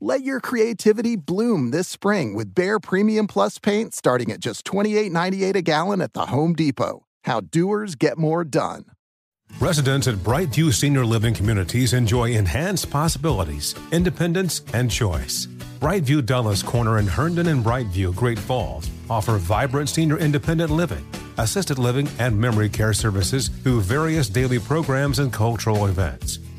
Let your creativity bloom this spring with Bare Premium Plus paint starting at just $28.98 a gallon at the Home Depot. How doers get more done. Residents at Brightview Senior Living Communities enjoy enhanced possibilities, independence, and choice. Brightview Dulles Corner in Herndon and Brightview, Great Falls, offer vibrant senior independent living, assisted living, and memory care services through various daily programs and cultural events.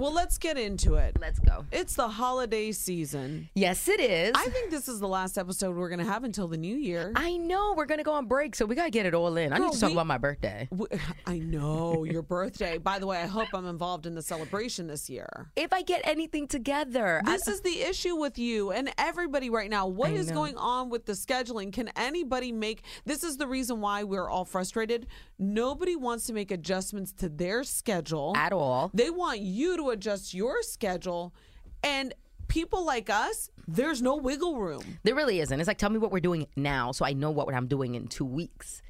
Well, let's get into it. Let's go. It's the holiday season. Yes, it is. I think this is the last episode we're going to have until the new year. I know we're gonna go on break, so we gotta get it all in. I Girl, need to talk we- about my birthday. W- I know your birthday. By the way, I hope I'm involved in the celebration this year. If I get anything together, I- This is the issue with you and everybody right now. What I is know. going on with the scheduling? Can anybody make this is the reason why we're all frustrated. Nobody wants to make adjustments to their schedule. at all. They want you to adjust your schedule and people like us, there's no wiggle room. There really isn't. It's like tell me what we're doing now, so I know what I'm doing in two weeks.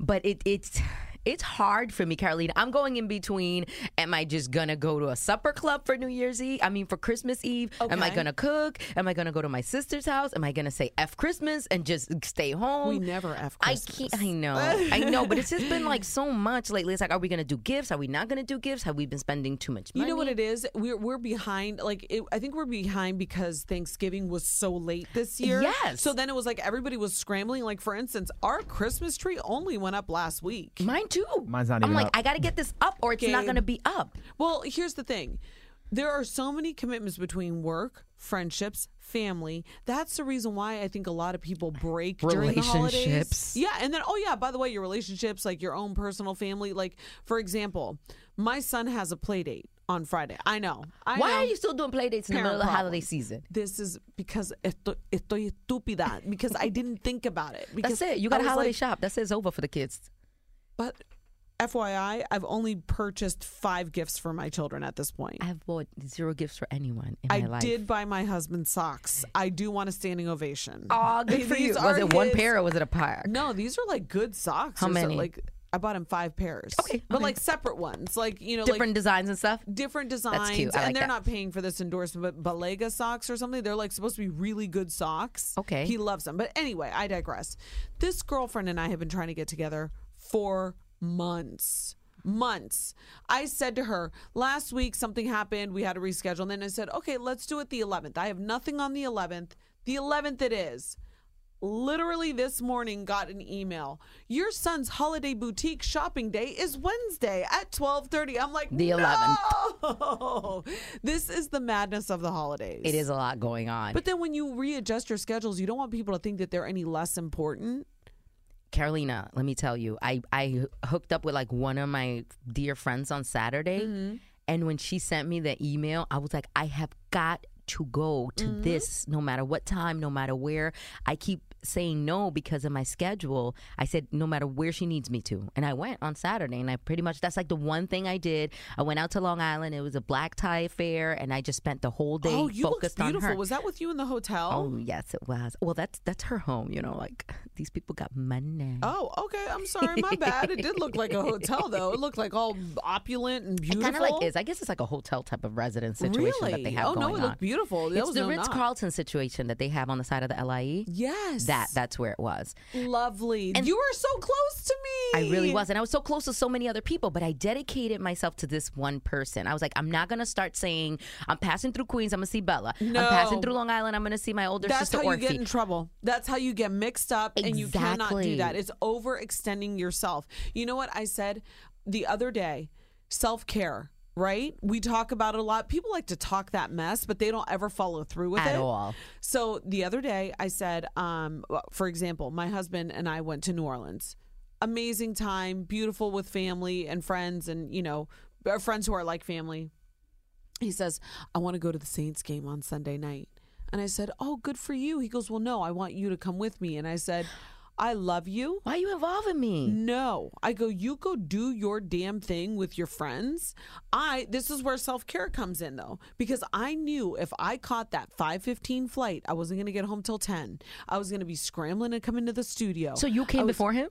But it it's it's hard for me, Carolina. I'm going in between. Am I just gonna go to a supper club for New Year's Eve? I mean, for Christmas Eve? Am I Okay. gonna cook? Am I gonna go to my sister's house? Am I gonna say f Christmas and just stay home? We never F I can't. I know. I know. But it's just been like so much lately. It's like, are we gonna do gifts? Are we not gonna do gifts? Have we been spending too much You money? know what it is? We're we're behind. Like it, I think we're behind because Thanksgiving was so late this year. Yes. So then it was like everybody was scrambling. Like for instance, our Christmas tree only went up last week. Mine too. Mine's not I'm even like, up. I gotta get this up, or it's not Gabe. gonna be up. Well, here's the thing. There are so many commitments between work, friendships, family. That's the reason why I think a lot of people break during the holidays. Relationships. Yeah, and then oh yeah, by the way, your relationships, like your own personal family. Like for example, my son has a play date on Friday. I know. I Why know. are you still doing play dates in the Parent middle of the holiday problem. season? this is because estoy, estoy estúpida because I didn't think about it. Because That's it. You I got a was holiday like, shop. That's it. It's over for the kids. But FYI, I've only purchased five gifts for my children at this point. I have bought zero gifts for anyone in I my life. did buy my husband socks. I do want a standing ovation. Oh, good for you. These Was are it one his- pair or was it a pair? No, these are like good socks. How or so- many? Like I bought him five pairs. Okay, but okay. like separate ones. Like you know, like- Different designs and stuff. different designs. That's cute. I like and they're that. not paying for this endorsement, but Balega socks or something. They're like supposed to be really good socks. Okay. He loves them. But anyway, I digress. This girlfriend and I have been trying to get together for months. Months. I said to her last week something happened. We had to reschedule. And then I said, okay, let's do it the 11th. I have nothing on the 11th. The 11th it is literally this morning got an email. Your son's holiday boutique shopping day is Wednesday at 12:30. I'm like, The 11th. "No!" This is the madness of the holidays. It is a lot going on. But then when you readjust your schedules, you don't want people to think that they're any less important. Carolina, let me tell you, I, I hooked up with like one of my dear friends on Saturday. Mm-hmm. And when she sent me the email, I was like, I have got to go to Mm-hmm. this no matter what time, no matter where. I keep saying no because of my schedule. I said, no matter where she needs me to. And I went on Saturday and I pretty much, that's like the one thing I did. I went out to Long Island. It was a black tie affair and I just spent the whole day oh, you look focused on beautiful. her. Was that with you in the hotel? Oh yes, it was. Well, that's that's her home, you know. Like these people got money. Oh, okay. I'm sorry. My bad. It did look like a hotel, though. It looked like all opulent and beautiful. Kind of like is. I guess it's like a hotel type of residence situation that they Really? have Oh, no, going it on. looked beautiful. There it's was the no knock. Ritz Carlton situation that they have on the side of the LIE. Yes. that. That's where it was. Lovely. And- you were so close to me. I really was. And I was so close to so many other people, but I dedicated myself to this one person. I was like, I'm not going to start saying, I'm passing through Queens, I'm going to see Bella. I'm passing No. through Long Island, I'm going to see my older That's sister how you get in Orphe. trouble. That's how you get mixed up, and you cannot do Exactly. that. It's overextending yourself. You know what I said the other day? Self care, right? We talk about it a lot. People like to talk that mess, but they don't ever follow through with At it all. So the other day, I said, um, for example, my husband and I went to New Orleans. Amazing time, beautiful with family and friends, and you know, our friends who are like family, he says, I want to go to the Saints game on Sunday night. And I said, Oh, good for you. He goes, Well, no, I want you to come with me. And I said, I love you. Why are you involving me? No. I go, You go do your damn thing with your friends. I this is where self care comes in though, because I knew if I caught that five fifteen flight, I wasn't gonna get home till ten. I was gonna be scrambling to come into the studio. So you came I was- before him?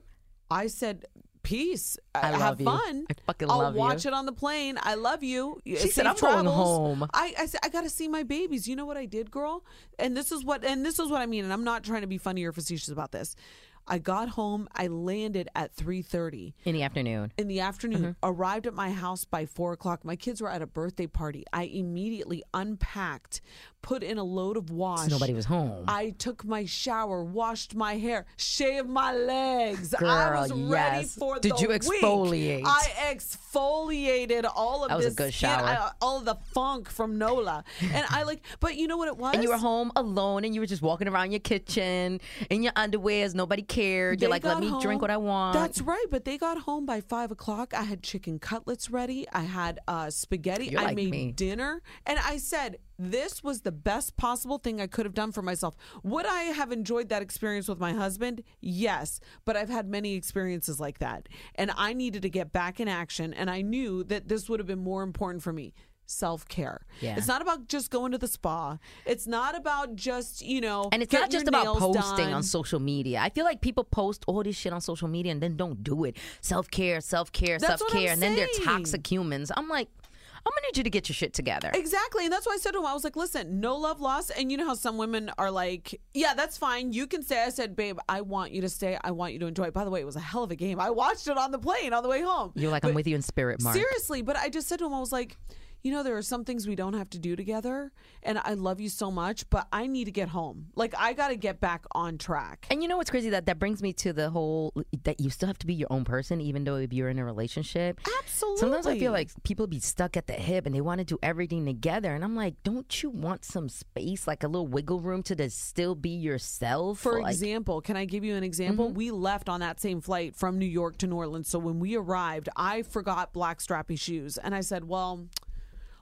I said, Peace. I love have you. fun. I fucking I'll love you." watch it on the plane. I love you. She said, "I'm going home." I, I said, I got to see my babies. You know what I did, girl? And this is what, and this is what I mean. And I'm not trying to be funny or facetious about this. I got home. I landed at 3:30 In the afternoon. in the afternoon. Mm-hmm. Arrived at my house by four o'clock. My kids were at a birthday party. I immediately unpacked, put in a load of wash. So nobody was home. I took my shower, washed my hair, shaved my legs. I Girl, was ready yes. for Did the you week. exfoliate? I exfoliated all of That was a this good skin, shower. I- all of the funk from Nola, and I like. But you know what it was? and you were home alone and you were just walking around your kitchen in your underwears. Nobody cared. You're They like, let got me home- drink what I want. That's right. But they got home by five o'clock. I had chicken cutlets ready. I had uh, spaghetti. You're I like made me. dinner, and I said this was the best possible thing I could have done for myself. Would I have enjoyed that experience with my husband? Yes, but I've had many experiences like that, and I needed to get back in action. And I knew that this would have been more important for me. Self care. Yeah. It's not about just going to the spa. It's not about just you know. And it's getting not just your about nails posting done. on social media. I feel like people post all this shit on social media and then don't do it. Self care, self care, That's self what I'm care, and then they're saying. toxic humans. I'm like, I'm gonna need you to get your shit together. Exactly. And that's why I said to him, I was like, listen, no love lost. And you know how some women are like, yeah, that's fine. You can stay. I said, babe, I want you to stay. I want you to enjoy it. By the way, it was a hell of a game. I watched it on the plane on the way home. You're like, I'm with you in spirit, Mark. Seriously. But I just said to him, I was like, you know, there are some things we don't have to do together. And I love you so much, but I need to get home. Like, I got to get back on track. And you know what's crazy? That that brings me to the whole that you still have to be your own person, even though if you're in a relationship. Absolutely. Sometimes I feel like people be stuck at the hip and they want to do everything together, and I'm like, don't you want some space, like a little wiggle room to just still be yourself? For Like- Mm-hmm. example, can I give you an example? We left on that same flight from New York to New Orleans. So when we arrived, I forgot black strappy shoes. And I said, well,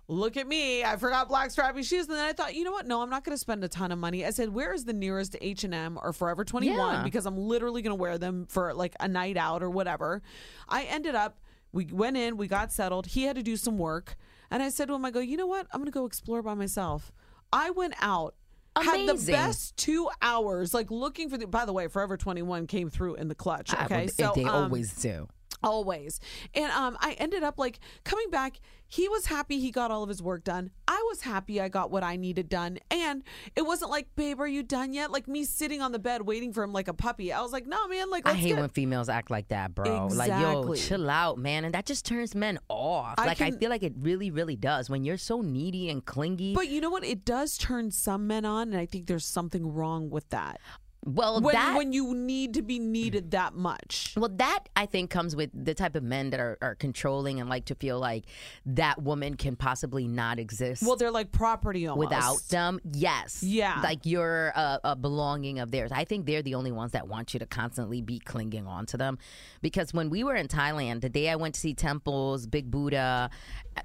look at me. I forgot black strappy shoes. And then I thought, you know what? No, I'm not going to spend a ton of money. I said, where is the nearest H&M or Forever 21? Yeah. Because I'm literally going to wear them for like a night out or whatever. I ended up, we went in, we got settled. He had to do some work. And I said to him, I go, you know what? I'm going to go explore by myself. I went out. Had the Amazing. best two hours, like looking for the. By the way, Forever 21 came through in the clutch. I- Okay, so they um, always do. always and um i ended up like coming back he was happy he got all of his work done i was happy i got what i needed done and it wasn't like babe are you done yet like me sitting on the bed waiting for him like a puppy i was like no man like I let's hate get when females act like that, bro. Like, yo, Exactly. chill out, man. And that just turns men off. I like, I can- feel like it really, really does. When you're so needy and clingy. but you know what it does turn some men on and i think there's something wrong with that well, when, Oh, that. Mm. when you need to be needed that much well, that I think comes with the type of men that are, are controlling and like to feel like that woman can possibly not exist well they're like property almost. without them. Yes. Yeah. Like you're a, a belonging of theirs. I think they're the only ones that want you to constantly be clinging on to them. Because when we were in Thailand, the day I went to see temples, Big Buddha,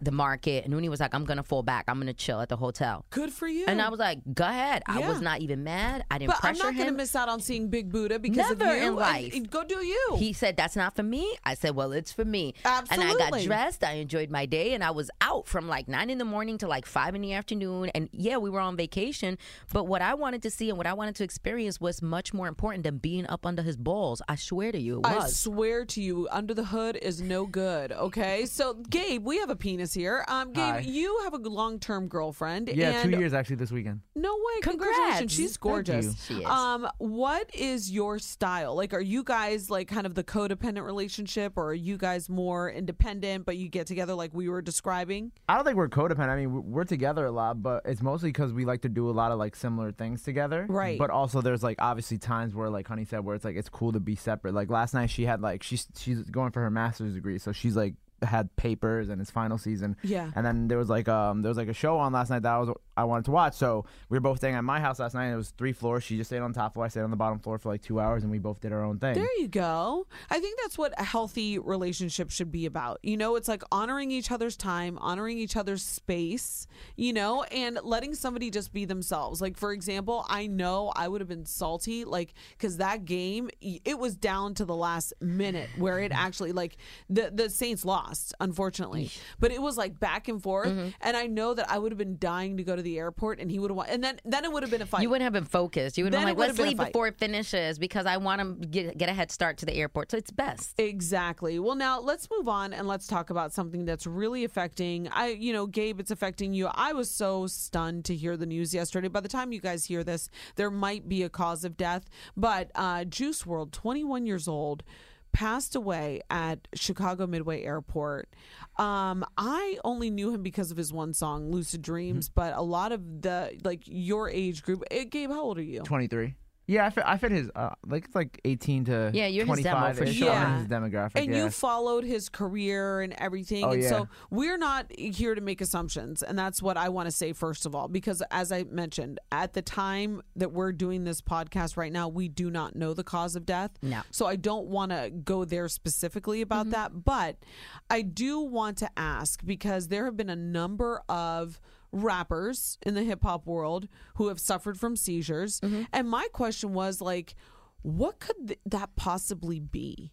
the market, Nuni was like, I'm going to fall back. I'm going to chill at the hotel. good for you And I was like, go ahead. I was Yeah. not even mad. I didn't but i'm pressure not gonna him. miss out on seeing big buddha because of Never you, in and- life. and go do you He said, That's not for me. I said, Well, it's for me. And I got Absolutely. dressed. I enjoyed my day. And I was out from like nine in the morning to like five in the afternoon. And yeah, we were on vacation. But what I wanted to see and what I wanted to experience was much more important than being up under his balls. I swear to you, it I was. swear to you, under the hood is no good. Okay, so Gabe, we have a penis. is here. Um, Gabe, Hi. you have a long term girlfriend. Yeah, and two years actually this weekend. No way. Congrats. Congratulations. She's Thank you. gorgeous. She is. Um, what is your style? Like, are you guys like kind of the codependent relationship or are you guys more independent, but you get together like we were describing? I don't think we're codependent. I mean, we're- we're together a lot, but it's mostly because we like to do a lot of like similar things together. Right. But um, also, there's like obviously times where, like Honey said, where it's like it's cool to be separate. Like last night, she had like she's she's going for her master's degree, so she's like had papers and it's final season. Yeah. And then there was like um there was like a show on last night that I was I wanted to watch. So we were both staying at my house last night. And it was three floors. She just stayed on the top floor. I stayed on the bottom floor for like two hours, and we both did our own thing. There you go. I think that's what a healthy relationship should be about. You know, it's like honoring each other's time, honoring each other's space, you know, and letting somebody just be themselves. Like, for example, I know I would have been salty, like, because that game, y- it was down to the last minute where it actually, like, the, the Saints lost, unfortunately, but it was like back and forth. And I know that I would have been dying to go to the airport and he would have, wa- and then, then it would have been a fight. You wouldn't have been focused. You would have Then been it like, would've let's been a leave fight. before it finishes because I want to get, get a head start to the airport. So it's best. Exactly. Well, now let's move on and let's talk about something that's really affecting. I, you know, Gabe, it's affecting you. I was so stunned to hear the news yesterday. By the time you guys hear this, there might be a cause of death. But uh, Juice World, 21 years old, passed away at Chicago Midway Airport. Um, I only knew him because of his one song, "Lucid Dreams," but a lot of the like your age group. eh, Gabe, how old are you? Twenty three. Yeah, I fit, I fit his uh, like it's like eighteen to Yeah, you're his demo 25 for -ish. sure. I'm in Yeah. his demographic. and yeah. you followed his career and everything Oh, and so yeah. we're not here to make assumptions and that's what i want to say first of all because as i mentioned at the time that we're doing this podcast right now we do not know the cause of death No. so i don't want to go there specifically about Mm-hmm. that but i do want to ask because there have been a number of rappers in the hip hop world who have suffered from seizures Mm-hmm. and my question was like what could th- that possibly be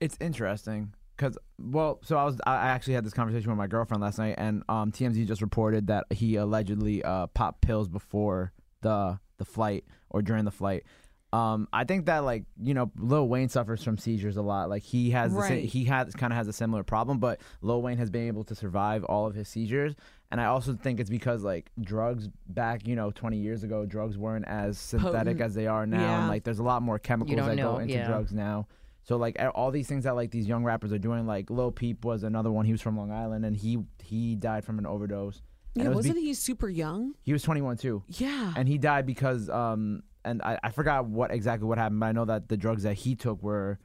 It's interesting because well, so I was I I actually had this conversation with my girlfriend last night, and um, TMZ just reported that he allegedly uh, popped pills before the the flight or during the flight. Um, I think that like you know Lil Wayne suffers from seizures a lot. Like he has the, Right. same he has kind of has a similar problem, but Lil Wayne has been able to survive all of his seizures. And I also think it's because like drugs back you know 20 years ago, drugs weren't as synthetic Potent. as they are now, and Yeah. like there's a lot more chemicals don't that go know, into yeah. drugs now. So like a- all these things that like these young rappers are doing, like Lil Peep was another one. He was from Long Island and he he died from an overdose. And Yeah, it was wasn't be- he super young? He was 21 too, Yeah. and he died because um and I, I forgot what exactly what happened, but I know that the drugs that he took were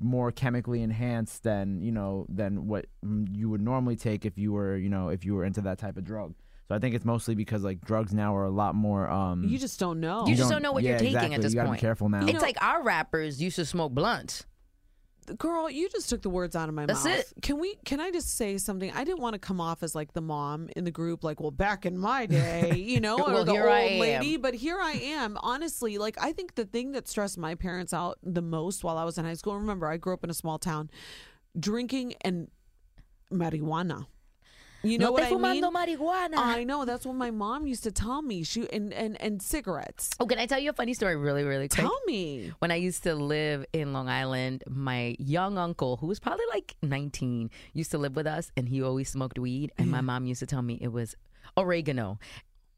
more chemically enhanced than you know than what mm, you would normally take if you were you know if you were into that type of drug. So I think it's mostly because like drugs now are a lot more. um you just don't know. You just don't- don't know what yeah, you're taking exactly. at this You gotta be point. careful now. It's You know- like our rappers used to smoke blunts. girl, you just took the words out of my That's mouth. it. Can we can I just say something? I didn't want to come off as like the mom in the group, like, well, back in my day, you know, or Well, the here old I am. lady. But here I am. Honestly, like I think the thing that stressed my parents out the most while I was in high school, remember, I grew up in a small town, drinking and marijuana. You know no what te I mean? fumando marihuana. I know. That's what my mom used to tell me. She and and, and cigarettes. oh, can I tell you a funny story really, really quick? Tell me. When I used to live in Long Island, my young uncle, who was probably like 19, used to live with us and he always smoked weed. And my mom used to tell me it was oregano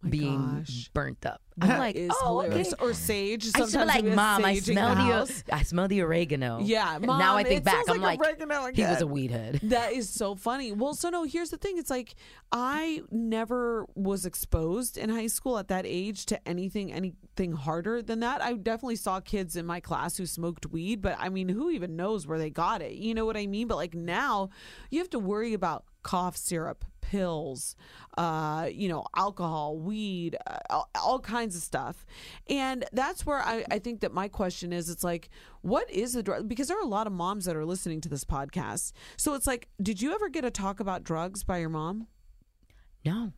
being gosh. burnt up. I'm like, is oh, hilarious. okay. Or sage. I used to be Sometimes like, we have Mom, I sage in the smell house." the, I smell the oregano. Yeah, And Mom, now I think it back, smells I'm like like, oregano he was a again." weed head. That is so funny. Well, so no, here's the thing. It's like I never was exposed in high school at that age to anything anything harder than that. I definitely saw kids in my class who smoked weed, but I mean, who even knows where they got it? You know what I mean? But like now, you have to worry about cough syrup, pills, uh, you know, alcohol, weed, uh, all, all kinds of stuff. And that's where I, I think that my question is it's like, what is the drug? Because there are a lot of moms that are listening to this podcast. So it's like, did you ever get a talk about drugs by your mom? No,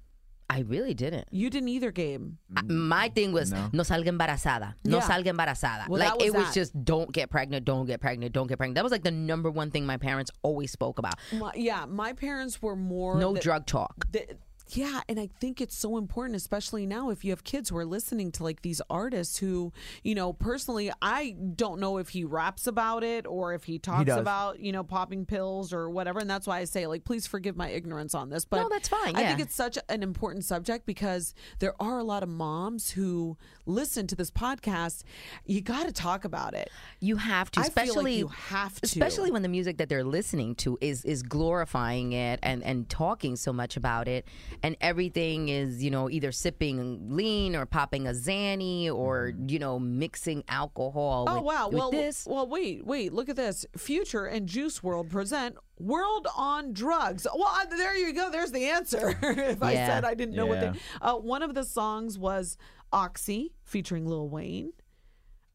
I really didn't. You didn't either, Gabe. I- my thing was no, salga embarazada, no Yeah. salga embarazada. Well, like that was it was that. just don't get pregnant, don't get pregnant, don't get pregnant. That was like the number one thing my parents always spoke about. My, yeah, my parents were more. no the- drug talk. the- Yeah, and I think it's so important, especially now if you have kids who are listening to like these artists who, you know, personally, I don't know if he raps about it or if he talks does. about, you know, popping pills or whatever. And that's why I say, like, please forgive my ignorance on this. But No, that's fine, I think yeah. it's such an important subject because there are a lot of moms who listen to this podcast. You got to talk about it. You have to, I feel like especially you have to. especially when the music that they're listening to is is glorifying it and and talking so much about it, and everything is you know either sipping lean or popping a zanny or you know mixing alcohol. Oh with, wow! with well, this. well, wait, wait. Look at this. Future and Juice World present World on Drugs. Well, I- there you go. There's the answer. if I Yeah. said I didn't know what Yeah. they. Uh, one of the songs was Oxy featuring Lil Wayne.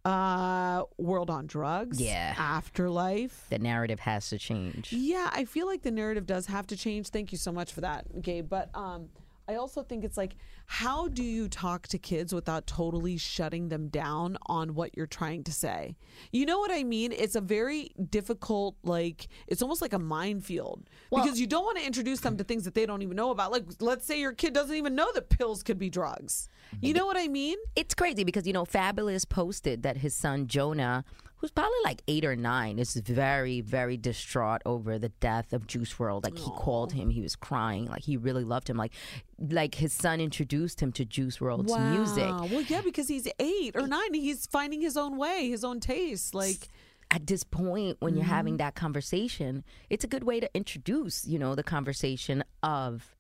Uh, World on Drugs. Yeah. Afterlife. the narrative has to change. Yeah, I feel like the narrative does have to change. Thank you so much for that, Gabe. But um, I also think it's like, how do you talk to kids without totally shutting them down on what you're trying to say? You know what I mean? It's a very difficult, like, it's almost like a minefield because you don't want to introduce them to things that they don't even know about. Like, let's say your kid doesn't even know that pills could be drugs. You know what I mean? it's crazy because you know fabulous posted that his son jonah who's probably like eight or nine is very very distraught over the death of juice world like he called him he was crying like he really loved him like like his son introduced him to juice world's music Well, yeah, because he's eight or nine. He's finding his own way, his own taste. Like, at this point when you're Mm-hmm. having that conversation it's a good way to introduce you know the conversation of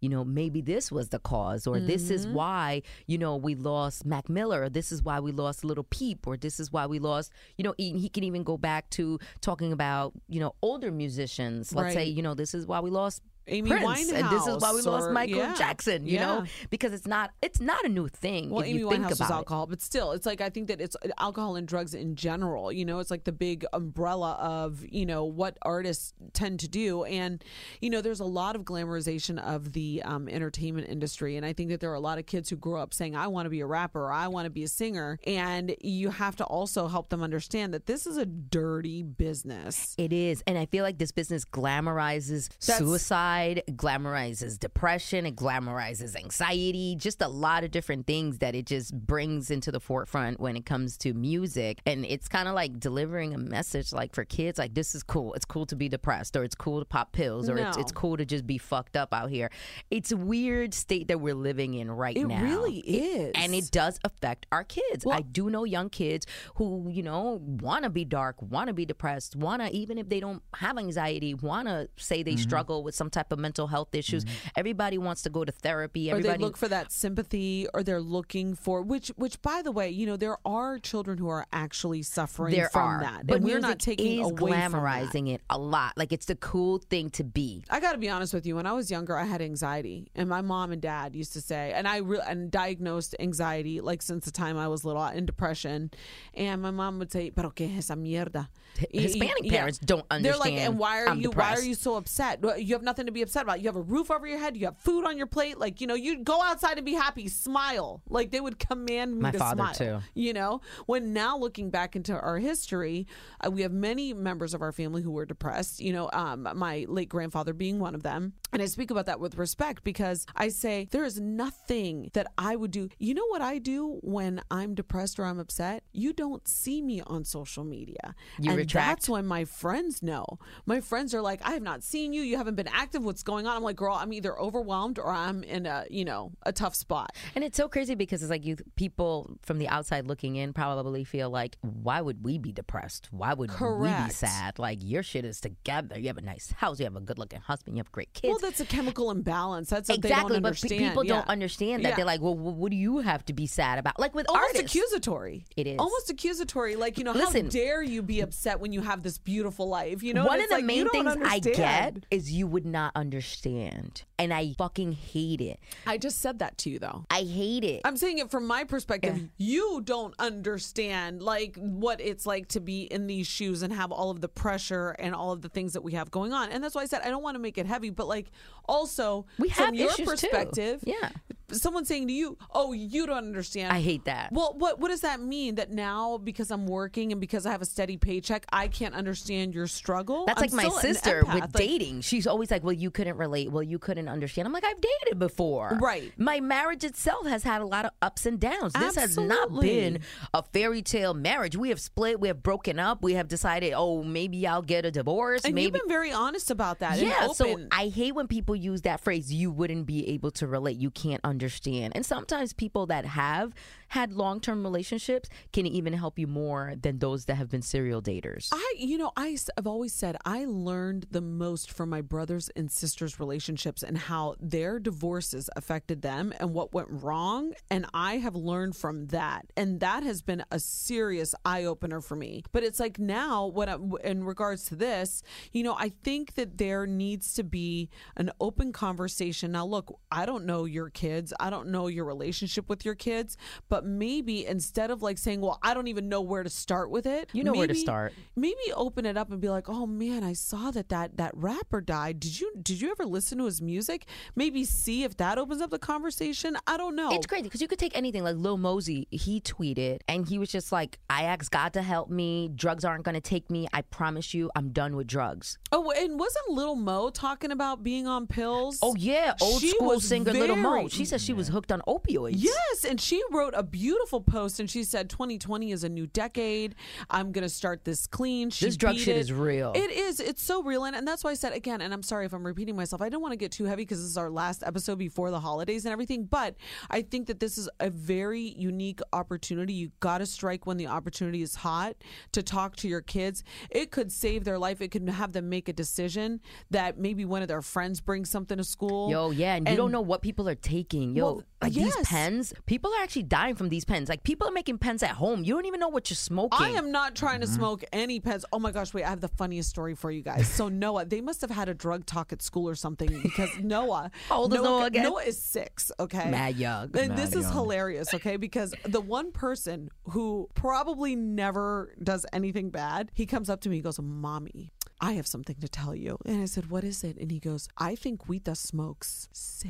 you know maybe this was the cause or this is Mm-hmm. why you know we lost mac miller or this is why we lost little peep or this is why we lost you know e- he can even go back to talking about you know older musicians let's say Right. you know this is why we lost Amy Prince, and this is why we Winehouse lost or- Michael yeah, Jackson, you know, yeah. because it's not it's not a new thing. Well, if Amy you think Winehouse was about it. alcohol, but still, it's like I think that it's alcohol and drugs in general. You know, it's like the big umbrella of you know what artists tend to do, and you know, there's a lot of glamorization of the um, entertainment industry, and I think that there are a lot of kids who grow up saying, "I want to be a rapper," or, "I want to be a singer," and you have to also help them understand that this is a dirty business. It is. And I feel like this business glamorizes That's- suicide, it glamorizes depression, it glamorizes anxiety, just a lot of different things that it just brings into the forefront when it comes to music. And it's kind of like delivering a message like for kids like this is cool. It's cool to be depressed or it's cool to pop pills or it's No. it's cool to just be fucked up out here. It's a weird state that we're living in right It now. really is, And it does affect our kids. I do know young kids who, you know, want to be dark, want to be depressed, want to, even if they don't have anxiety, want to say Mm-hmm. they struggle with some type of mental health issues. Everybody wants to go to therapy. or Everybody. they look for that sympathy or they're looking for which which by the way you know there are children who are actually suffering there from are, that but and we're not music taking is away glamorizing from that. it a lot. Like it's the cool thing to be. I got to be honest with you. When I was younger, I had anxiety, and my mom and dad used to say, and I re- and diagnosed anxiety like since the time I was little and depression. And my mom would say, "Pero que es esa mierda." Hispanic parents don't They're like, understand, and why are "I'm you? Why depressed." are you so upset? Well, You have nothing to be upset about. You have a roof over your head. You have food on your plate. Like you know, you go outside and be happy. Smile. Like they would command me My to father, smile too. you know when now looking back into our history uh, we have many members of our family who were depressed you know um, my late grandfather being one of them and i speak about that with respect because i say there is nothing that i would do you know what i do when i'm depressed or i'm upset you don't see me on social media You and retract. that's when my friends know my friends are like i have not seen you you haven't been active what's going on i'm like girl i'm either overwhelmed or i'm in a you know a tough spot And it's so crazy because it's like you people from the outside looking in probably feel like, why would we be depressed? Why would we be Correct. sad? Like your shit is together. You have a nice house. You have a good looking husband. You have great kids. Well, that's a chemical imbalance. That's what exactly, they don't but pe- understand. people Yeah. don't understand that. Yeah. They're like, well, wh- what do you have to be sad about? Like with almost artists, accusatory. It is. almost accusatory. Like you know, Listen. how dare you be upset when you have this beautiful life? You know, one And of it's the like, you main don't things I get understand. is you would not understand, and I fucking hate it. I just said that to you though. I hate it. I'm saying it from my perspective. You don't understand like what it's like to be in these shoes and have all of the pressure and all of the things that we have going on. And that's why I said I don't want to make it heavy, but like also we from have your issues perspective, too. Yeah, someone saying to you, "Oh, you don't understand." I hate that. Well, what what does that mean? That now because I'm working and because I have a steady paycheck, I can't understand your struggle. That's I'm like my still an sister empath, with like- dating. She's always like, "Well, you couldn't relate. Well, you couldn't understand." I'm like, "I've dated before. Right. My marriage itself has had a lot of ups and downs. This has not Absolutely. been a fairy tale marriage. We have split. We have broken up. We have decided, oh, maybe I'll get a divorce. And maybe you've been very honest about that. and yeah, so open. I hate when people use that phrase, you wouldn't be able to relate, you can't understand. And sometimes people that have had long term relationships can even help you more than those that have been serial daters. I, you know, I, have always said I learned the most from my brothers and sisters' relationships and how their divorces affected them and what went wrong. And I have learned from that. And that has been a serious eye opener for me. But it's like now, what I, in regards to this, you know, I think that there needs to be an open conversation. Now, look, I don't know your kids, I don't know your relationship with your kids, but maybe instead of like saying, well, I don't even know where to start with it, You know where to maybe- start. maybe open it up and be like, "Oh man, I saw that that that rapper died. Did you did you ever listen to his music? Maybe see if that opens up the conversation. I don't know. It's crazy because you could take anything. Like Lil Mosey, he tweeted and he was just like, I asked God to help me. Drugs aren't going to take me. I promise you, I'm done with drugs. Oh, and wasn't Little Mo talking about being on pills? Oh, yeah. Old She school was singer Little Mo. very- She said she was hooked on opioids. Yes, and she wrote a beautiful post, and she said, "2020 is a new decade. I'm gonna start this clean." She This drug beat shit it. is real. It is. It's so real, and, and that's why I said again. And I'm sorry if I'm repeating myself. I don't want to get too heavy because this is our last episode before the holidays and everything. But I think that this is a very unique opportunity. You got to strike when the opportunity is hot to talk to your kids. It could save their life. It could have them make a decision that maybe one of their friends brings something to school. Yo, yeah, and, you don't know what people are taking. Yo, Well, like these yes. pens, people are actually dying from these pens. Like people are making pens at home. You don't even know what you're smoking. Mm-hmm. I am not trying to smoke any pets. Oh my gosh, wait, I have the funniest story for you guys. So Noah, they must have had a drug talk at school or something because Noah How old is Noah again? Noah is six, okay? Mad young. And this Mad is young. hilarious, okay? Because the one person who probably never does anything bad, he comes up to me, he goes, Mommy. I have something to tell you. And I said, What is it? And he goes, I think Wita smokes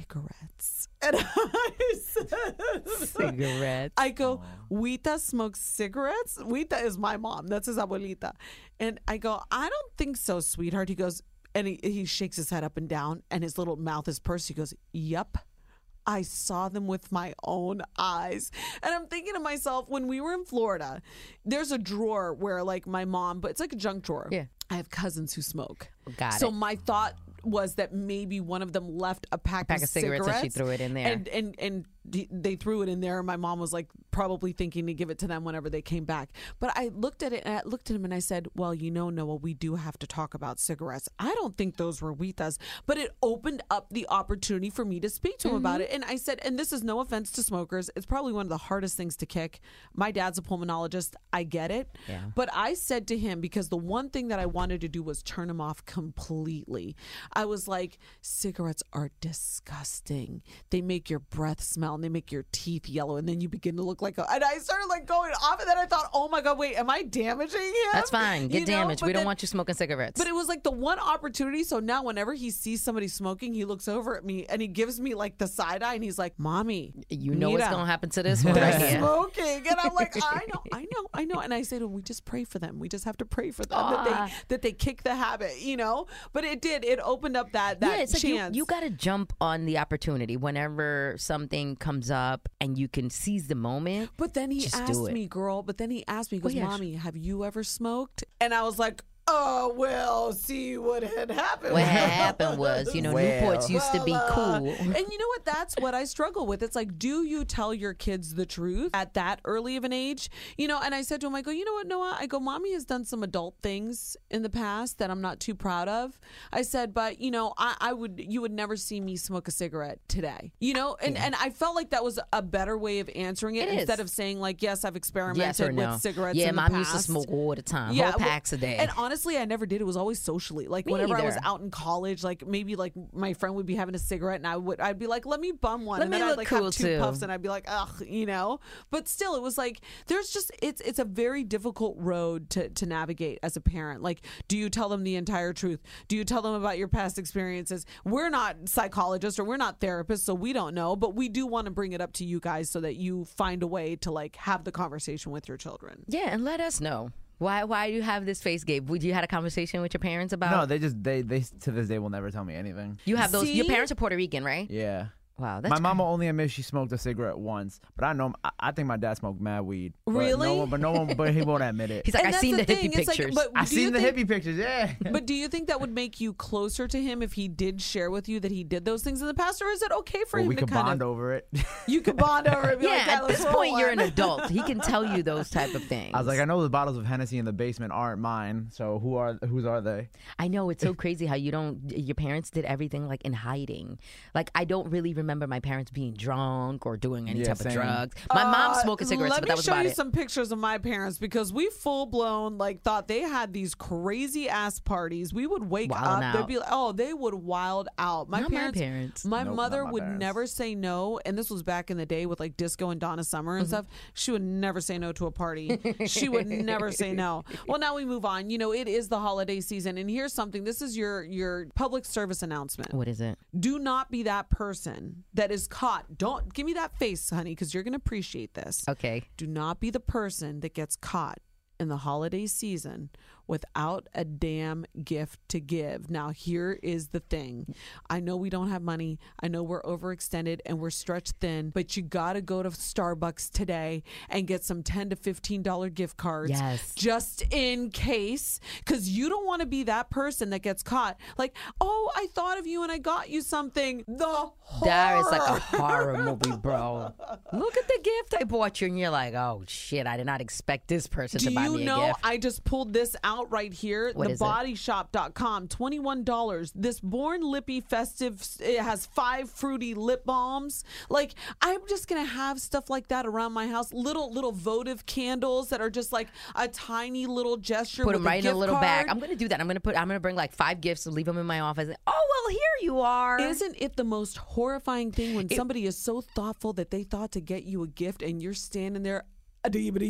cigarettes. And I said, cigarettes. I go, Wita smokes cigarettes? Wita is my mom. That's his abuelita. And I go, I don't think so, sweetheart. He goes, and he, he shakes his head up and down, and his little mouth is pursed. He goes, Yup. I saw them with my own eyes. And I'm thinking to myself, when we were in Florida, there's a drawer where, like, my mom, but it's like a junk drawer. Yeah. I have cousins who smoke. Got so it. my thought was that maybe one of them left a pack, pack of cigarettes and she threw it in there. And and and d- they threw it in there and my mom was like probably thinking to give it to them whenever they came back but i looked at it and i looked at him and i said well you know noah we do have to talk about cigarettes i don't think those were weethas but it opened up the opportunity for me to speak to him Mm-hmm. about it and i said and this is no offense to smokers it's probably one of the hardest things to kick my dad's a pulmonologist i get it but i said to him because the one thing that i wanted to do was turn him off completely i was like cigarettes are disgusting they make your breath smell and they make your teeth yellow and then you begin to look like a and i started like going off and then i thought oh my god wait am i damaging him That's fine. Get You know? damaged. But we don't then- want you smoking cigarettes. but it was like the one opportunity. So now, whenever he sees somebody smoking, he looks over at me and he gives me like the side eye, and he's like, "Mommy, you know what's Nita, gonna happen to this one right they're here. smoking. And I'm like, I know, I know, I know. And I say to him, we just pray for them. We just have to pray for them that Ah. they that they kick the habit, you know. But it did. It opened up that that yeah, it's chance. like you, you got to jump on the opportunity whenever something comes up and you can seize the moment. but then he Just do asked it. me, girl. But then he asked me, he goes, Well, yeah, "Mommy, have you ever smoked?" And I was like, "Oh well, see what had happened." What had happened was, you know, Newports used to be Well, uh, cool. and you know what? That's what I struggle with. It's like, do you tell your kids the truth at that early of an age? You know, and I said to him, I go, you know what, Noah? I go, mommy has done some adult things in the past that I'm not too proud of. I said, but you know, I, I would, you would never see me smoke a cigarette today. You know, and and I felt like that was a better way of answering it, It is. instead of saying like, yes, I've experimented Yes or no? with cigarettes. yeah, in the mom used to past." smoke all the time, whole well, packs a day. And honestly, I never did. It was always socially. Like Me whenever I was either. out in college, like maybe like my friend would be having a cigarette, and I would I'd be like, "Let me bum one," Let and me then I'd look like cool, have two too. puffs, and I'd be like, "Ugh," you know. But still, it was like there's just it's it's a very difficult road to to navigate as a parent. Like, do you tell them the entire truth? Do you tell them about your past experiences? We're not psychologists or we're not therapists, so we don't know. But we do want to bring it up to you guys so that you find a way to like have the conversation with your children. Yeah, and let us know. Why why do you have this face, Gabe? Would you had a conversation with your parents about No, they just they they to this day will never tell me anything. you have those your See? parents are Puerto Rican, right? Yeah. Wow, that's my mama only admits she smoked a cigarette once, but I know I, I think my dad smoked mad weed. But Really? No one, but no one, but he won't admit it. He's like, And I that's seen the, the hippie thing, it's like, pictures. but- I Do you seen the think- hippie pictures. Yeah. But do you think that would make you closer to him if he did share with you that he did those things in the past, or is it okay for Well, him we to could kind bond of over it. you could bond over and be yeah, like, at this point you're an adult. He can tell you those type of things. I was like, I know the bottles of Hennessy in the basement aren't mine, so who are whose are they? I know it's so crazy how you don't. Your parents did everything like in hiding. Like I don't really remember my parents being drunk or doing any Yeah, type same. of drugs. My mom smoking cigarettes, Uh, Let but me that was show about you it. some pictures of my parents because we full blown like thought they had these crazy ass parties. We would wake Wildin' up, they'd out. be like, oh, they would wild out. My Not my parents, parents. my Nope, not mother my would parents. never say no, and this was back in the day with like disco and Donna Summer Mm-hmm. and stuff. She would never say no to a party. she would never say no. Well, now we move on. You know, it is the holiday season, and here's something. This is your your public service announcement What is it? do not be that person that is caught. Don't give me that face, honey, because you're going to appreciate this. Okay. Do not be the person that gets caught in the holiday season without a damn gift to give. Now, here is the thing I know we don't have money, I know we're overextended and we're stretched thin, but you got to go to Starbucks today and get some 10 to $15 gift cards Yes. just in case because you don't want to be that person that gets caught like oh i thought of you and i got you something the horror. That is like a horror movie, bro. Look at the gift I bought you, and you're like, oh shit, I did not expect this person do to buy you me know a gift. i just pulled this out right here What is it? thebodyshop.com $21 this born lippy festive it has five fruity lip balms like i'm just gonna have stuff like that around my house little little votive candles that are just like a tiny little gesture Put with them right in a gift little bag. card. I'm gonna do that. I'm gonna put. I'm gonna bring like five gifts and leave them in my office. Oh well, here you are. Isn't it the most horrifying thing when somebody is so thoughtful that they thought to get you a gift and you're standing there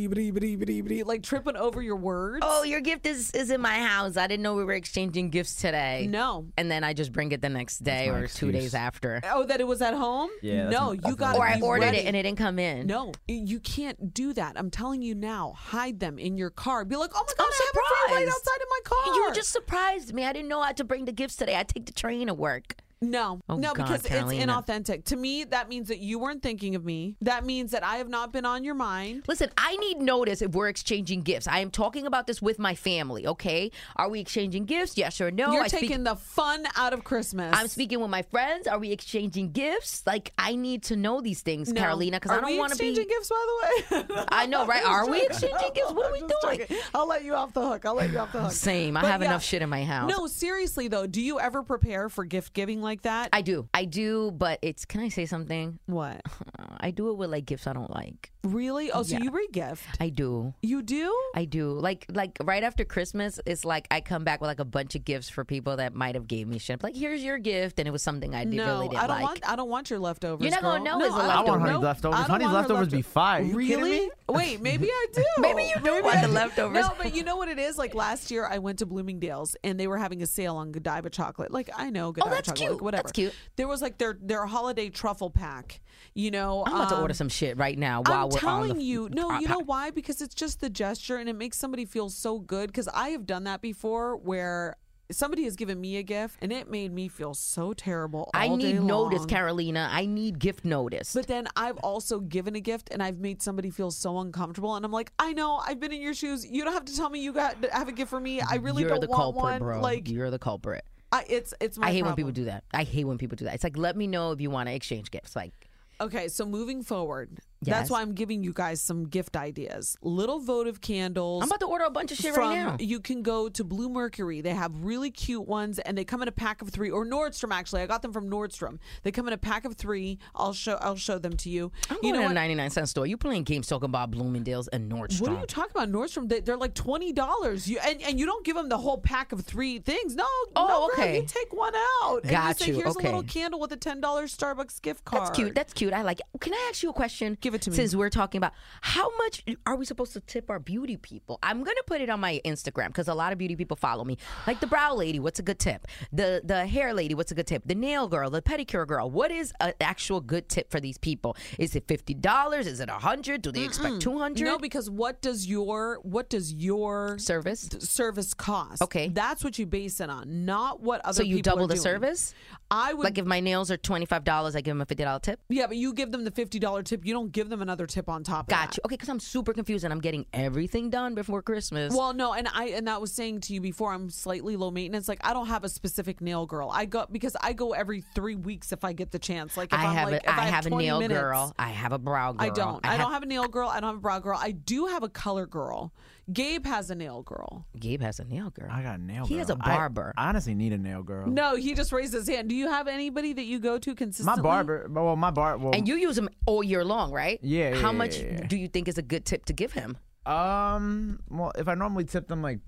like tripping over your words? oh, your gift is is in my house. I didn't know we were exchanging gifts today. no. and then I just bring it the next day or two excuse. days after. Oh, that it was at home? Yeah, that's No, an- you that's got an- Or I You ordered ready. it and it didn't come in. No, you can't do that. I'm telling you now. Hide them in your car. Be like, oh my god, I'm I have it right surprised. outside of my car. You just surprised me. I didn't know I had to bring the gifts today. I take the train to work. No, Oh, no, God, because Carolina. it's inauthentic. To me, that means that you weren't thinking of me. That means that I have not been on your mind. Listen, I need notice if we're exchanging gifts. I am talking about this with my family, okay? Are we exchanging gifts? Yes or no? You're I speak- taking the fun out of Christmas. I'm speaking with my friends. Are we exchanging gifts? Like, I need to know these things, Carolina, because I Are don't we want to be. exchanging gifts. By the way, I know, right? Are we exchanging gifts? What are we I'm just doing? joking. I'll let you off the hook. I'll let you off the hook. Same. I But have yeah. enough shit in my house. No, seriously though, do you ever prepare for gift giving like that? I do. I do, but it's. Can I say something? what? Uh, I do it with like gifts I don't like. Really? Oh, so Yeah. you re-gift? I do. You do? I do. Like like right after Christmas, it's like I come back with like a bunch of gifts for people that might have gave me shit. Like here's your gift, and it was something I did, no, really didn't I don't like. want. I don't want your leftovers. You're not gonna girl. know No, it's a I I want don't leftover. honey's nope, leftovers. I don't honey's want her leftovers be leftovers. fire. You kidding Really? me? Wait, maybe I do. Maybe you do want the leftovers. No, but you know what it is? Like last year, I went to Bloomingdale's and they were having a sale on Godiva chocolate. Like I know Godiva Oh, that's chocolate, cute. like, whatever. That's cute. There was like their their holiday truffle pack. You know, I'm about to um, order some shit right now while I'm we're telling on the you, no, you know what? why? Because it's just the gesture, and it makes somebody feel so good. Because I have done that before, where somebody has given me a gift, and it made me feel so terrible. I all day need notice, long. Carolina. I need gift notice. But then I've also given a gift and I've made somebody feel so uncomfortable. And I'm like, I know, I've been in your shoes. You don't have to tell me you got have a gift for me. I really You're don't the want culprit, one. bro. Like, You're the culprit. I, it's it's my. I hate when problem. people do that. I hate when people do that. It's like let me know if you want to exchange gifts. Like Okay, so moving forward, Yes. That's why I'm giving you guys some gift ideas. Little votive candles. I'm about to order a bunch of shit right now. You can go to Blue Mercury. They have really cute ones, and they come in a pack of three. Or Nordstrom, actually, I got them from Nordstrom. They come in a pack of three. I'll show. I'll show them to you. I'm you going to what? a 99 cent store. You playing games talking about Bloomingdale's and Nordstrom. What are you talking about? Nordstrom, they, they're like twenty dollars. You and, and you don't give them the whole pack of three things. No, no, Oh, girl, okay. you take one out. and Got say, you. Here's a little Okay. candle with a ten dollars Starbucks gift card. That's cute. That's cute. I like it. Can I ask you a question? Give it to me. Since we're talking about how much are we supposed to tip our beauty people? I'm gonna put it on my Instagram because a lot of beauty people follow me. Like the brow lady, what's a good tip? The the hair lady, what's a good tip? The nail girl, the pedicure girl. What is an actual good tip for these people? Is it fifty dollars? Is it a hundred? Do they expect two hundred? No, because what does your what does your service. service cost? Okay. that's what you base it on, not what other. So you people double are the doing. service? I would. Like if my nails are twenty five dollars, I give them a fifty dollar tip. yeah, but you give them the fifty dollar tip. You don't give them another tip on top. of that. Got you. Okay, because I'm super confused and I'm getting everything done before Christmas. Well, no, and I and that was saying to you before, I'm slightly low maintenance. Like I don't have a specific nail girl. I go because I go every three weeks if I get the chance. Like if I I'm have like, a, if I have a 20 nail minutes- girl. I have a brow girl. I don't. I, don't have a nail girl. I don't have a brow girl. I do have a color girl. Gabe has a nail girl. Gabe has a nail girl. I got a nail. He girl. has a I- barber. I, honestly need a nail girl. No, he just raised his hand. Do you have anybody that you go to my consistently? barber. Well, my bar. Well, and you use him all year long, right? Yeah, yeah, How yeah, much yeah, yeah. do you think is a good tip to give him? Um. Well, if I normally tip them like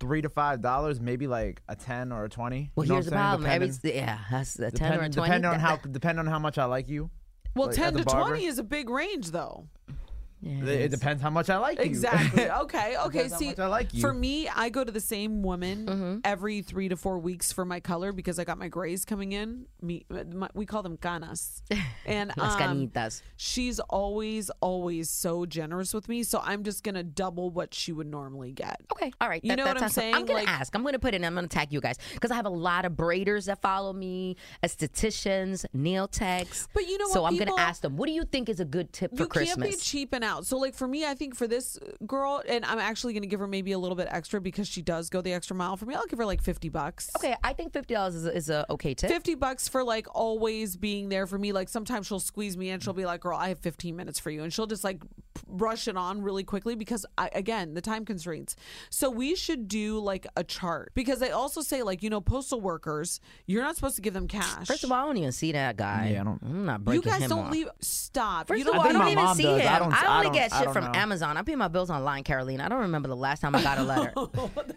three to five dollars, maybe like a ten or a twenty. Well, You know here's the what I'm saying? problem. Every, Depending- yeah, that's a ten or a depending- twenty. Depending on That- how that- depending on how much I like you. Well, Like, at ten the to barber? twenty is a big range, though. yeah. It- It depends how much I like you. Exactly. Okay. Okay. how See, much I like you. for me, I go to the same woman Mm-hmm. every three to four weeks for my color because I got my grays coming in. Me, my, we call them canas, and Las um, canitas. She's always, always so generous with me, so I'm just gonna double what she would normally get. Okay. All right. You That- know that what I'm sounds fun. I'm saying? gonna Like- ask. I'm gonna put in. I'm gonna tag you guys because I have a lot of braiders that follow me, estheticians, nail techs. But you know So what, I'm people- gonna ask them. What do you think is a good tip for you Christmas? can't be cheaping out. So, like for me, I think for this girl, and I'm actually going to give her maybe a little bit extra because she does go the extra mile for me. I'll give her like fifty bucks. okay. I think fifty dollars is, a- is a okay tip. 50 bucks for like always being there for me. Like sometimes she'll squeeze me and she'll be like, girl, I have 15 minutes for you. And she'll just like p- rush it on really quickly because, I, again, the time constraints. So we should do like a chart because they also say, like, you know, postal workers, you're not supposed to give them cash. First of all, I don't even see that guy. Yeah, I don't- I'm not you breaking guys him don't off. leave. Stop. First you of don't all, I I think don't my even mom see does. him. I I, don't- only I don't- get I shit don't from know. Amazon. I pay my bills online, Caroline. I don't remember the last time I got a letter.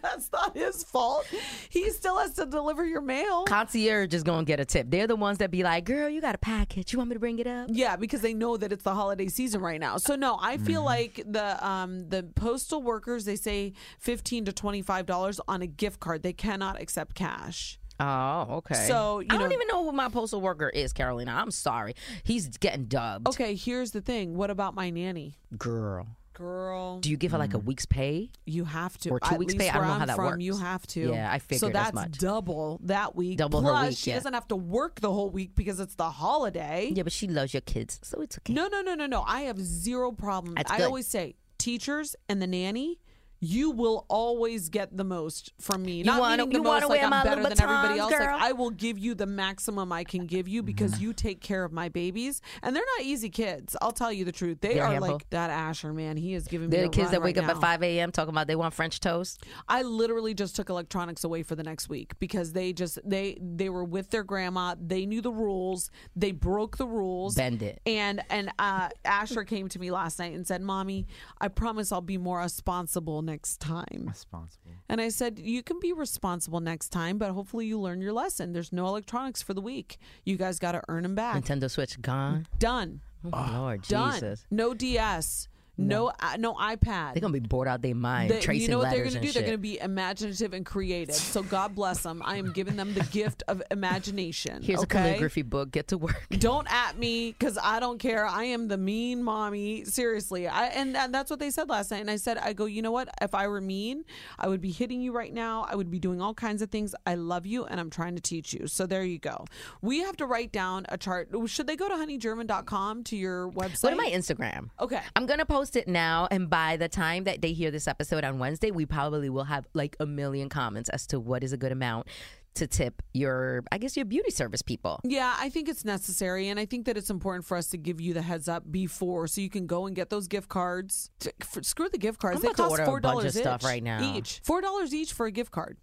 That's not his fault. He still has to deliver your mail. Concierge is gonna get a tip. They're the ones that be like, "Girl, you got a package. You want me to bring it up?" Yeah, because they know that it's the holiday season right now. So no, I feel Mm-hmm. like the um the postal workers they say fifteen to twenty five dollars on a gift card. They cannot accept cash. Oh, okay. So, you I don't know- even know who my postal worker is, Carolina. I'm sorry. He's getting dubbed. Okay, here's the thing. What about my nanny? Girl, Girl, do you give her like a Mm. week's pay? you have to Or two at weeks least pay? I don't where know how I'm that from, works. You have to. Yeah, I so. figured as That's much. double that week. Double her Plus, week, she yeah. doesn't have to work the whole week because it's the holiday. Yeah, but she loves your kids, so it's okay. No, no, no, no, no. I have zero problem. That's I good. always say teachers and the nanny. You will always get the most from me. Not wanna- meaning the you most, wanna like wear I'm my better than Louboutins, everybody else. girl? Mm-hmm. Like I will give you the maximum I can give you because you take care of my babies, and they're not easy kids. I'll tell you the truth. They They're are handful. like that Asher man. He is giving me They're the a kids run that wake right up at now. 5 a.m. talking about they want French toast. I literally just took electronics away for the next week because they just they they were with their grandma. They knew the rules. They broke the rules. Bend it. And and uh, Asher came to me last night and said, "Mommy, I promise I'll be more responsible next time." Responsible. And I said, "You can be responsible next time, but hopefully you learn your lesson. There's no electronics for the week. You guys got to earn them back. Nintendo Switch gone. Done. Oh, Lord Ah. Done. Jesus, No DS. No uh, no iPad. they're gonna be bored out their mind They- tracing you know what they're letters gonna do? and shit. They're going to be imaginative and creative. So God bless them. I am giving them the gift of imagination. Here's okay? a calligraphy book. Get to work. Don't at me because I don't care. I am the mean mommy. Seriously, I and that, that's what they said last night. And I said, I go, you know what? If I were mean, I would be hitting you right now. I would be doing all kinds of things. I love you, and I'm trying to teach you. So there you go. We have to write down a chart. Should they go to honeygerman.com to your website? Go to my Instagram. Okay. I'm going to post it now. And by the time that they hear this episode on Wednesday, we probably will have like a million comments as to what is a good amount. to tip your, I guess, your beauty service people. Yeah, I think it's necessary. And I think that it's important for us to give you the heads up before so you can go and get those gift cards. T- f- screw the gift cards. I'm they about to cost order a $4 bunch of each, stuff right now. Each. $4 each for a gift card.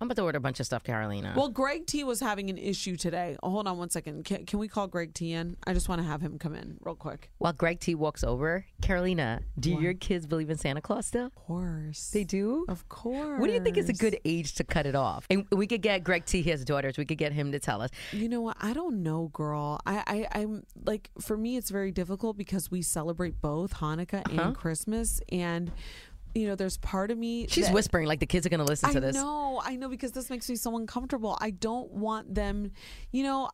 I'm about to order a bunch of stuff, Carolina. Well, Greg T was having an issue today. Oh, hold on one second. Can, can we call Greg T in? I just want to have him come in real quick. While Greg T walks over, Carolina, do your kids believe in Santa Claus still? Of course. They do. Of course. What do you think is a good age to cut it off? And we could get Greg T, his daughters, we could get him to tell us. You know what? I don't know, girl. I, I I'm like for me, it's very difficult because we celebrate both Hanukkah Uh-huh. and Christmas, and you know, there's part of me She's that- whispering like the kids are going to listen I to this. know, I know, because this makes me so uncomfortable. I don't want them, you know,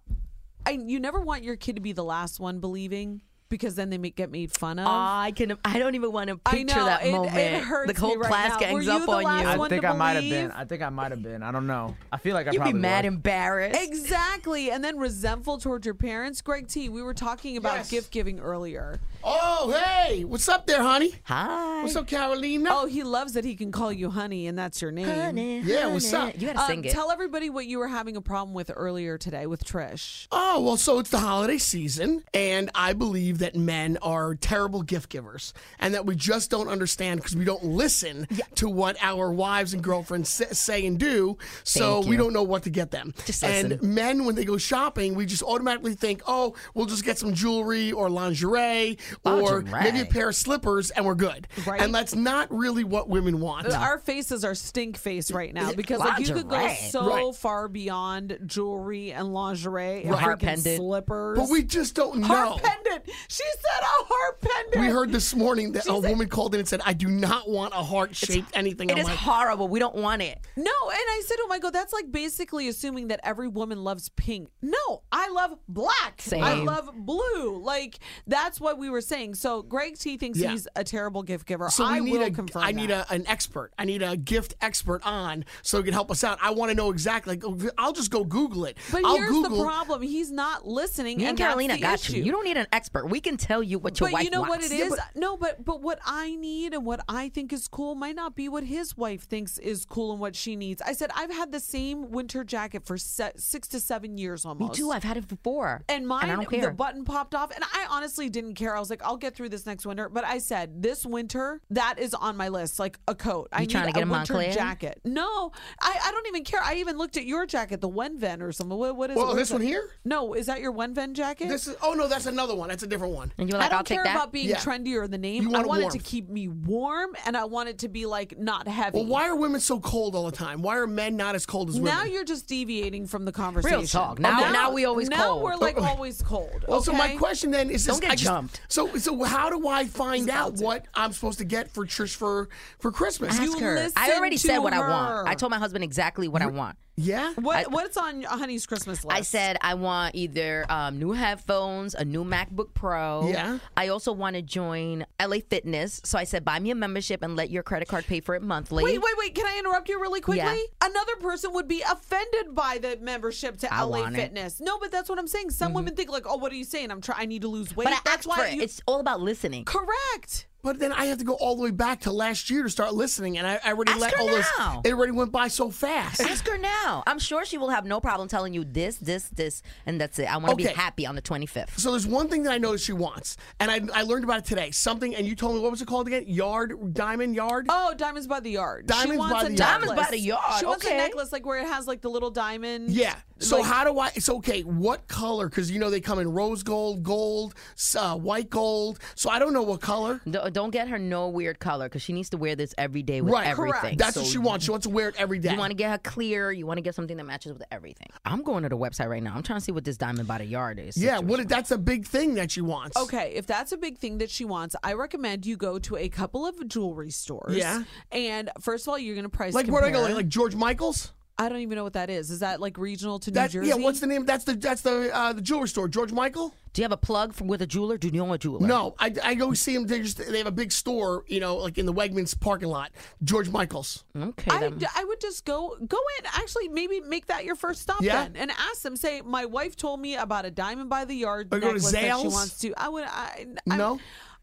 I you never want your kid to be the last one believing because then they may get made fun of. Aw, I can. I don't even want to I picture know, that it- it moment. hurts the whole me right class now. gangs Were you up the on last you. one I think to I might have believe. been. I think I might have been. I don't know. I feel like I You'd be probably mad, was. embarrassed. Exactly. And then resentful towards your parents. Greg T, we were talking about Yes. gift giving earlier. Oh, hey, what's up there, honey? Hi. What's up, Carolina? Oh, he loves that he can call you honey and that's your name. Honey, Yeah, what's honey. up? You gotta Um, sing it. Tell everybody what you were having a problem with earlier today with Trish. Oh, well, so it's the holiday season, and I believe that men are terrible gift givers and that we just don't understand because we don't listen to what our wives and girlfriends sa- say and do. So Thank we you. don't know what to get them. Just and listen. men, when they go shopping, we just automatically think, oh, we'll just get some jewelry or lingerie or Lingerie. maybe a pair of slippers and we're good. Right. And that's not really what women want. Our faces are stink face right now because like you could go Lingerie. so Right. far beyond jewelry and lingerie and Right. Heart freaking pendant. slippers. But we just don't know. heart pendant. She said a heart pendant. We heard this morning that a woman called in and said, "I do not want a heart shaped anything." it I'm is like, horrible. We don't want it. no, and I said, oh my god, that's like basically assuming that every woman loves pink. No, I love black. I Same. love blue. Like that's what we were saying. So Greg T thinks Yeah. he's a terrible gift giver. So we I need will a, confirm. I need that. a, an expert. I need a gift expert on so he can help us out. I want to know exactly. Like, oh, I'll just go Google it. But I'll here's Google. the problem: he's not listening. Me and and that's Carolina the got issue. you. You don't need an expert. We can tell you what your But wife you know wants. what it is? no, but but what I need and what I think is cool might not be what his wife thinks is cool and what she needs. I said I've had the same winter jacket for se- six to seven years Me almost. too. I've had it before. and mine, I don't the care. button popped off, and I honestly didn't care. I was like, I'll get through this next winter. But I said, this winter, that is on my list, like a coat. I You need trying to get a a winter Moncler? jacket. No, I, I don't even care. I even looked at your jacket, the Wenven or something. What, what is it? Well, What this is one it? here? No, is that your Wenven jacket? This is. Oh no, that's another one. That's a different one. and you're like, I don't will care take that. about being Yeah. trendy or the name. You I want it want it warm. to keep me warm, and I want it to be like not heavy. Well, why are women so cold all the time? Why are men not as cold as women? Now you're just deviating from the conversation. talk. Now- now we always now cold. we're like always cold. Well, so my okay? question then is: Don't this, get I just- jumped. So, so how do I find out what I'm supposed to get for Trish for for Christmas? Ask you her. I listen already said to what I her. want. I told my husband exactly what I want. yeah. What what's on Honey's Christmas list? I said I want either um, new headphones, a new MacBook Pro. Yeah. I also want to join LA Fitness. So I said, buy me a membership and let your credit card pay for it monthly. Wait, wait, wait! Can I interrupt you really quickly? Yeah. Another person would be offended by the membership to I LA want it. Mm-hmm. Fitness. No, but that's what I'm saying. Some women think like, "Oh, what are you saying? I'm trying. I need to lose weight." But I that's asked why for it. you- It's all about listening. correct. But then I have to go all the way back to last year to start listening, and I, I already Ask let her all this. now. It already went by so fast. Ask her now. I'm sure she will have no problem telling you this, this, this, and that's it. I want to Okay. be happy on the 25th. So there's one thing that I know that she wants, and I, I learned about it today. Something, and you told me what was it called again? Yard, diamond, yard. Oh, diamonds by the yard. she Diamonds wants by a the yard. necklace. Diamonds by the yard, She wants a okay. necklace like where it has like the little diamond. yeah. So like- how do I? It's okay. What color? Because you know they come in rose gold, gold, s- uh, white gold. So I don't know what color. Don't don't get her no weird color because she needs to wear this every day with Right. everything. Correct. That's So what she wants. She wants to wear it every day. You want to get her clear. You want to get something that matches with everything. I'm going to the website right now. I'm trying to see what this diamond by the yard is. yeah. situation. What? That's a big thing that she wants. Okay, if that's a big thing that she wants, I recommend you go to a couple of jewelry stores. Yeah. And first of all, you're going to price Like where do I go? compare. Like, like George Michael's? I don't even know what that is. Is that like regional to New That, Jersey? yeah. What's the name? That's the that's the uh, the jewelry store. George Michael. Do you have a plug from, with a jeweler? Do you know a jeweler? No, I, I go see them. They just they have a big store, you know, like in the Wegmans parking lot. George Michael's. Okay. I, then. I would just go go in actually maybe make that your first stop Yeah. then and ask them say my wife told me about a diamond by the yard Or go to necklace that she Zales? wants to I would I, I No?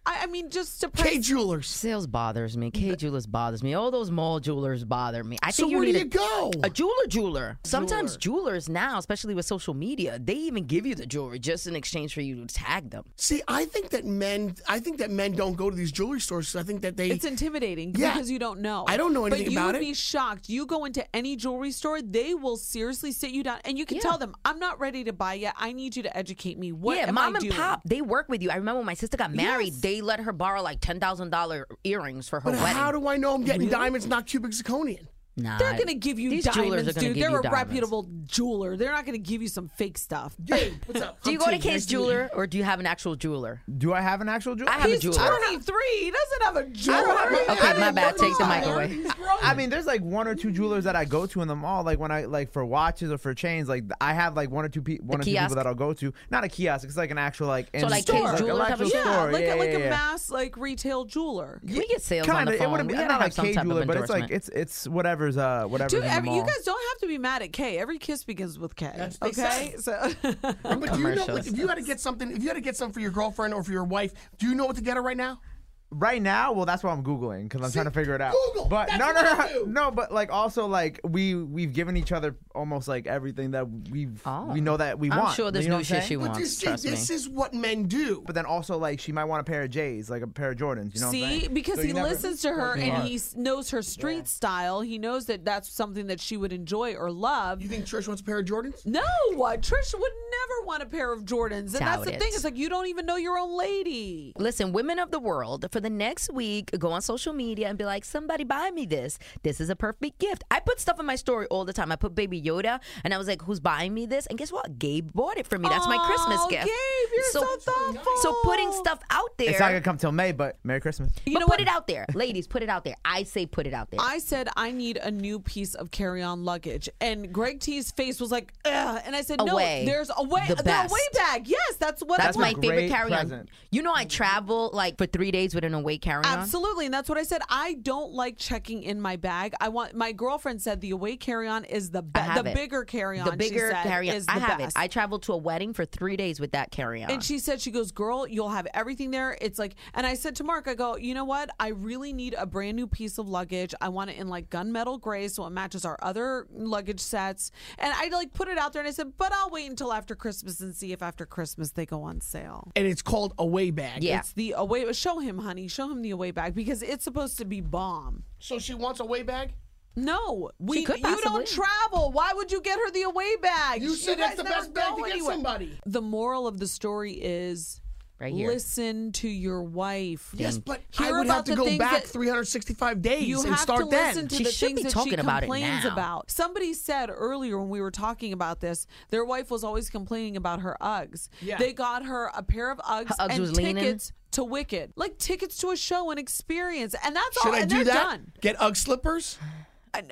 I, I mean, just to K praise Jewelers. Sales bothers me. K jewelers bothers me. All those mall jewelers bother me. I So think you where do need you a, go? A jeweler, jeweler. Sometimes jewelers now, especially with social media, they even give you the jewelry just in exchange for you to tag them. See, I think that men, I think that men don't go to these jewelry stores. 'cause I think that they. It's intimidating Yeah. because you don't know. I don't know but anything you about would it. be shocked. You go into any jewelry store, they will seriously sit you down, and you can tell them, "I'm not ready to buy yet. I need you to educate me. What yeah, am mom I and doing?" pop, they work with you. I remember when my sister got married, Yes. they let her borrow like ten thousand dollar earrings for her but wedding. how do I know I'm getting diamonds, not cubic zirconian? Nah, They're gonna give you these jewelers diamonds, are gonna dude. give They're you a diamonds. reputable jeweler. They're not gonna give you some fake stuff. Hey, what's up? Do you I'm go Tim. to K's Nice meet you. jeweler or do you have an actual jeweler? Do I have an actual jeweler? I have He's a jeweler. 23. He doesn't have a I don't have jeweler. a- Okay, I my didn't bad. know Take the that. mic away. I mean, there's like one or two jewelers that I go to in the mall. Like when I like for watches or for chains, like I have like one or two people, one or two people kiosk? that I'll go to. Not a kiosk. It's like an actual like in- like, store. an K's Jewelers have a actual store? yeah, store. like yeah, a, like yeah, a yeah. mass like retail jeweler. Can we get sales on Kinda, the phone? it wouldn't be we gotta not have like some K type jeweler, of but it's like endorsement. it's it's whatever's uh whatever's Dude, in the I mean, you mall. guys don't have to be mad at K. Every kiss begins with K. That's what they okay, so But do you know, like, Commercials. if you had to get something, if you had to get something for your girlfriend or for your wife, do you know what to get her right now? right now, well, that's why I'm googling because I'm See, trying to figure it out. Google, but that's no, no, what I no, do. no. But like also like we we've given each other almost like everything that we Oh. we know that we I'm want. sure there's you know what no I'm shit saying? she But wants. you see, trust me. this is what men do. But then also like she might want a pair of J's, like a pair of Jordans. You know what I'm See, saying? because So he you never- listens to her Yeah. and he s- knows her street style. He knows that that's something that she would enjoy or love. You think Trish wants a pair of Jordans? No, uh, Trish would never want a pair of Jordans, and that's Doubt the it. thing. It's like you don't even know your own lady. Listen, women of the world, for the next week, go on social media and be like, somebody buy me this. This is a perfect gift. I put stuff in my story all the time. I put Baby Yoda and I was like, who's buying me this? And guess what? Gabe bought it for me. That's my Christmas Aw, gift. Gabe, you're so thoughtful. So putting stuff out there. It's not gonna come till May, but Merry Christmas. but You know put what? it out there. Ladies, put it out there. I say put it out there. I said I need a new piece of carry-on luggage, and Greg T's face was like, Ugh. and I said, "No, Away. there's a way, The best. way bag. Yes, that's what. That's I my want. a favorite great carry on. present. You know, I travel like for three days with an away carry on. Absolutely, and that's what I said. I don't like checking in my bag. I want my girlfriend said the away carry on is the I best. have The it. bigger carry on, The bigger carry on. is the I have best. it. I traveled to a wedding for three days with that carry on. and she said, she goes, girl, you'll have everything there. It's like, and I said to Mark, I go, you know what? I really need a brand new piece of luggage. I want it in like gunmetal gray, so it matches our other luggage sets. And I like put it out there, and I said, but I'll wait until after Christmas and see if after Christmas they go on sale. And it's called away bag. yeah. It's the away. Show him, honey. Show him the away bag because it's supposed to be bomb. So she wants a way bag. No, we. could you possibly. don't travel. Why would you get her the away bag? You said that's guys the never best bag go to get anywhere. somebody. The moral of the story is. Right here. Listen to your wife. Yes, but Hear I would about have to the go things back that- 365 days you and have start to then. listen to She the should be things that she talking about it complains now. about. Somebody said earlier when we were talking about this, their wife was always complaining about her Uggs. Yeah. They got her a pair of Uggs, Her Uggs and was leaning. tickets to Wicked, like tickets to a show and experience, and that's Should all. I and do they're that? done. Get UGG slippers.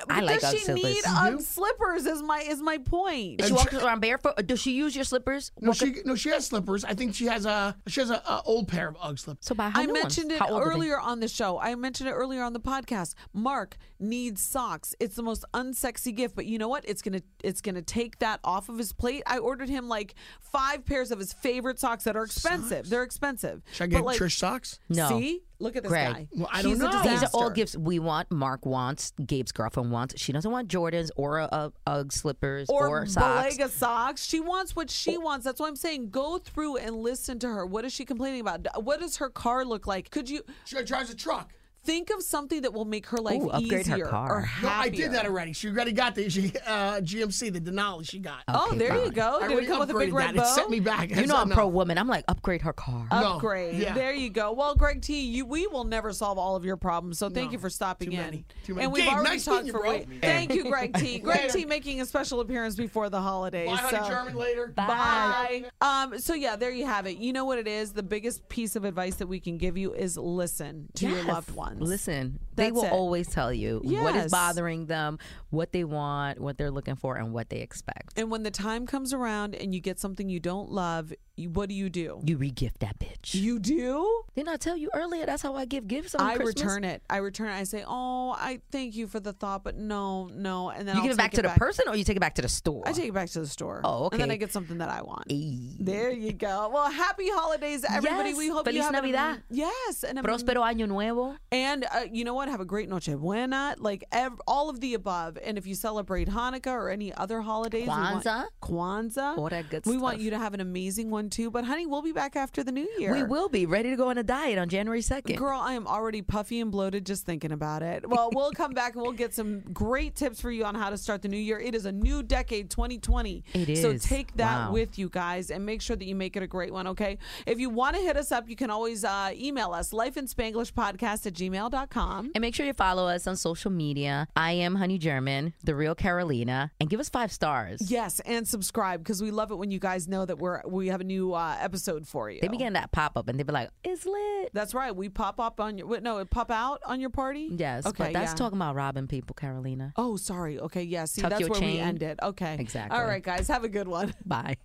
I like does Ugg she need slippers. Ugg slippers? Is my is my point. She walks around barefoot. Or Does she use your slippers? No, Walk- she no, she has slippers. I think she has a she has a, a old pair of UGG slippers. so buy her I new ones. mentioned it How old are they? earlier on the show. I mentioned it earlier on the podcast. Mark needs socks. It's the most unsexy gift, but you know what? It's gonna it's gonna take that off of his plate. I ordered him like five pairs of his favorite socks that are expensive. They're expensive. Should I But, get like, Trish socks? No. See, look at this Greg. guy. Well, I He's don't know. a These are disaster. all gifts we want. Mark wants. Gabe's girlfriend wants. She doesn't want Jordans or uh, UGG slippers or, or, socks. Belega socks. She wants what she wants. That's why I'm saying go through and listen to her. What is she complaining about? What does her car look like? Could you She drives a truck. think of something that will make her life Ooh, upgrade her easier car. or No, I No, I happier? did that already. She already got the she, uh, GMC, the Denali. She got. Oh, Okay, there you fine. go. I Did already it come Oh, with a big upgraded red that. It bow? sent me back. You know So, I'm no. pro woman. I'm like upgrade her car. No. Upgrade. Yeah. There you go. Well, Greg T, you, we will never solve all of your problems, so thank No. you for stopping Too in. many. Too many. And we've Gabe, already nice talked meeting you, for bro. way- Thank you, Greg T. Greg T making a special appearance before the holidays. Bye, honey, so- German. Later. Bye. Um, so yeah, there you have it. You know what it is. The biggest piece of advice that we can give you is listen to your Yes. loved ones. Listen, they That's will it. always tell you what Yes. is bothering them, what they want, what they're looking for, and what they expect. And when the time comes around and you get something you don't love, you- what do you do? You regift that bitch. You do? Didn't I tell you earlier? That's how I give gifts on I Christmas. return it. I return it. I say, "Oh, I thank you for the thought, but no, no." And then You I'll give it back take to the person, or you take it back to the store. I take it back to the store. Oh, And then okay. I get something that I want. Ay. There you go. Well, happy holidays, everybody. Yes. We hope you Feliz have an am- Navidad. yes, and Prospero año nuevo. and uh, you know what? Have a great noche buena. Like ev- all of the above. And if you celebrate Hanukkah or any other holidays, we want- Kwanzaa. Kwanzaa, All that good We want stuff. you to have an amazing one too. But honey, we'll be back after the new year. We will be ready to go on a diet on January second. Girl, I am already puffy and bloated just thinking about it. Well, we'll come back and we'll get some great tips for you on how to start the new year. It is a new decade, 2020. It So is. take that Wow. with you guys and make sure that you make it a great one, okay? If you want to hit us up, you can always uh, email us, lifeinspanglishpodcast at gmail.com. And make sure you follow us on social media. I am Honey German, the real Carolina, and give us five stars. Yes, and subscribe because we love it when you guys know that we're we have a new uh, episode for you. They be getting that pop up, and they be like, "It's lit." That's right. We pop up on your wait, no, it pop out on your party. Yes, but that's yeah. talking about robbing people, Carolina. Oh, sorry. Okay, yeah. See, Tuck that's your where we chain. end it. Okay. Exactly. All right, guys. Have a good one. Bye.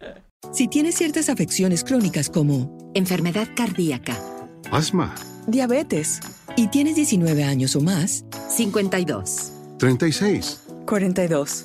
Si tienes ciertas afecciones crónicas como enfermedad cardíaca, Asma, diabetes y tienes 19 años o más, 52, 36. 42.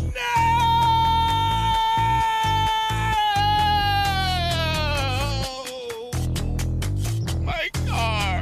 My car!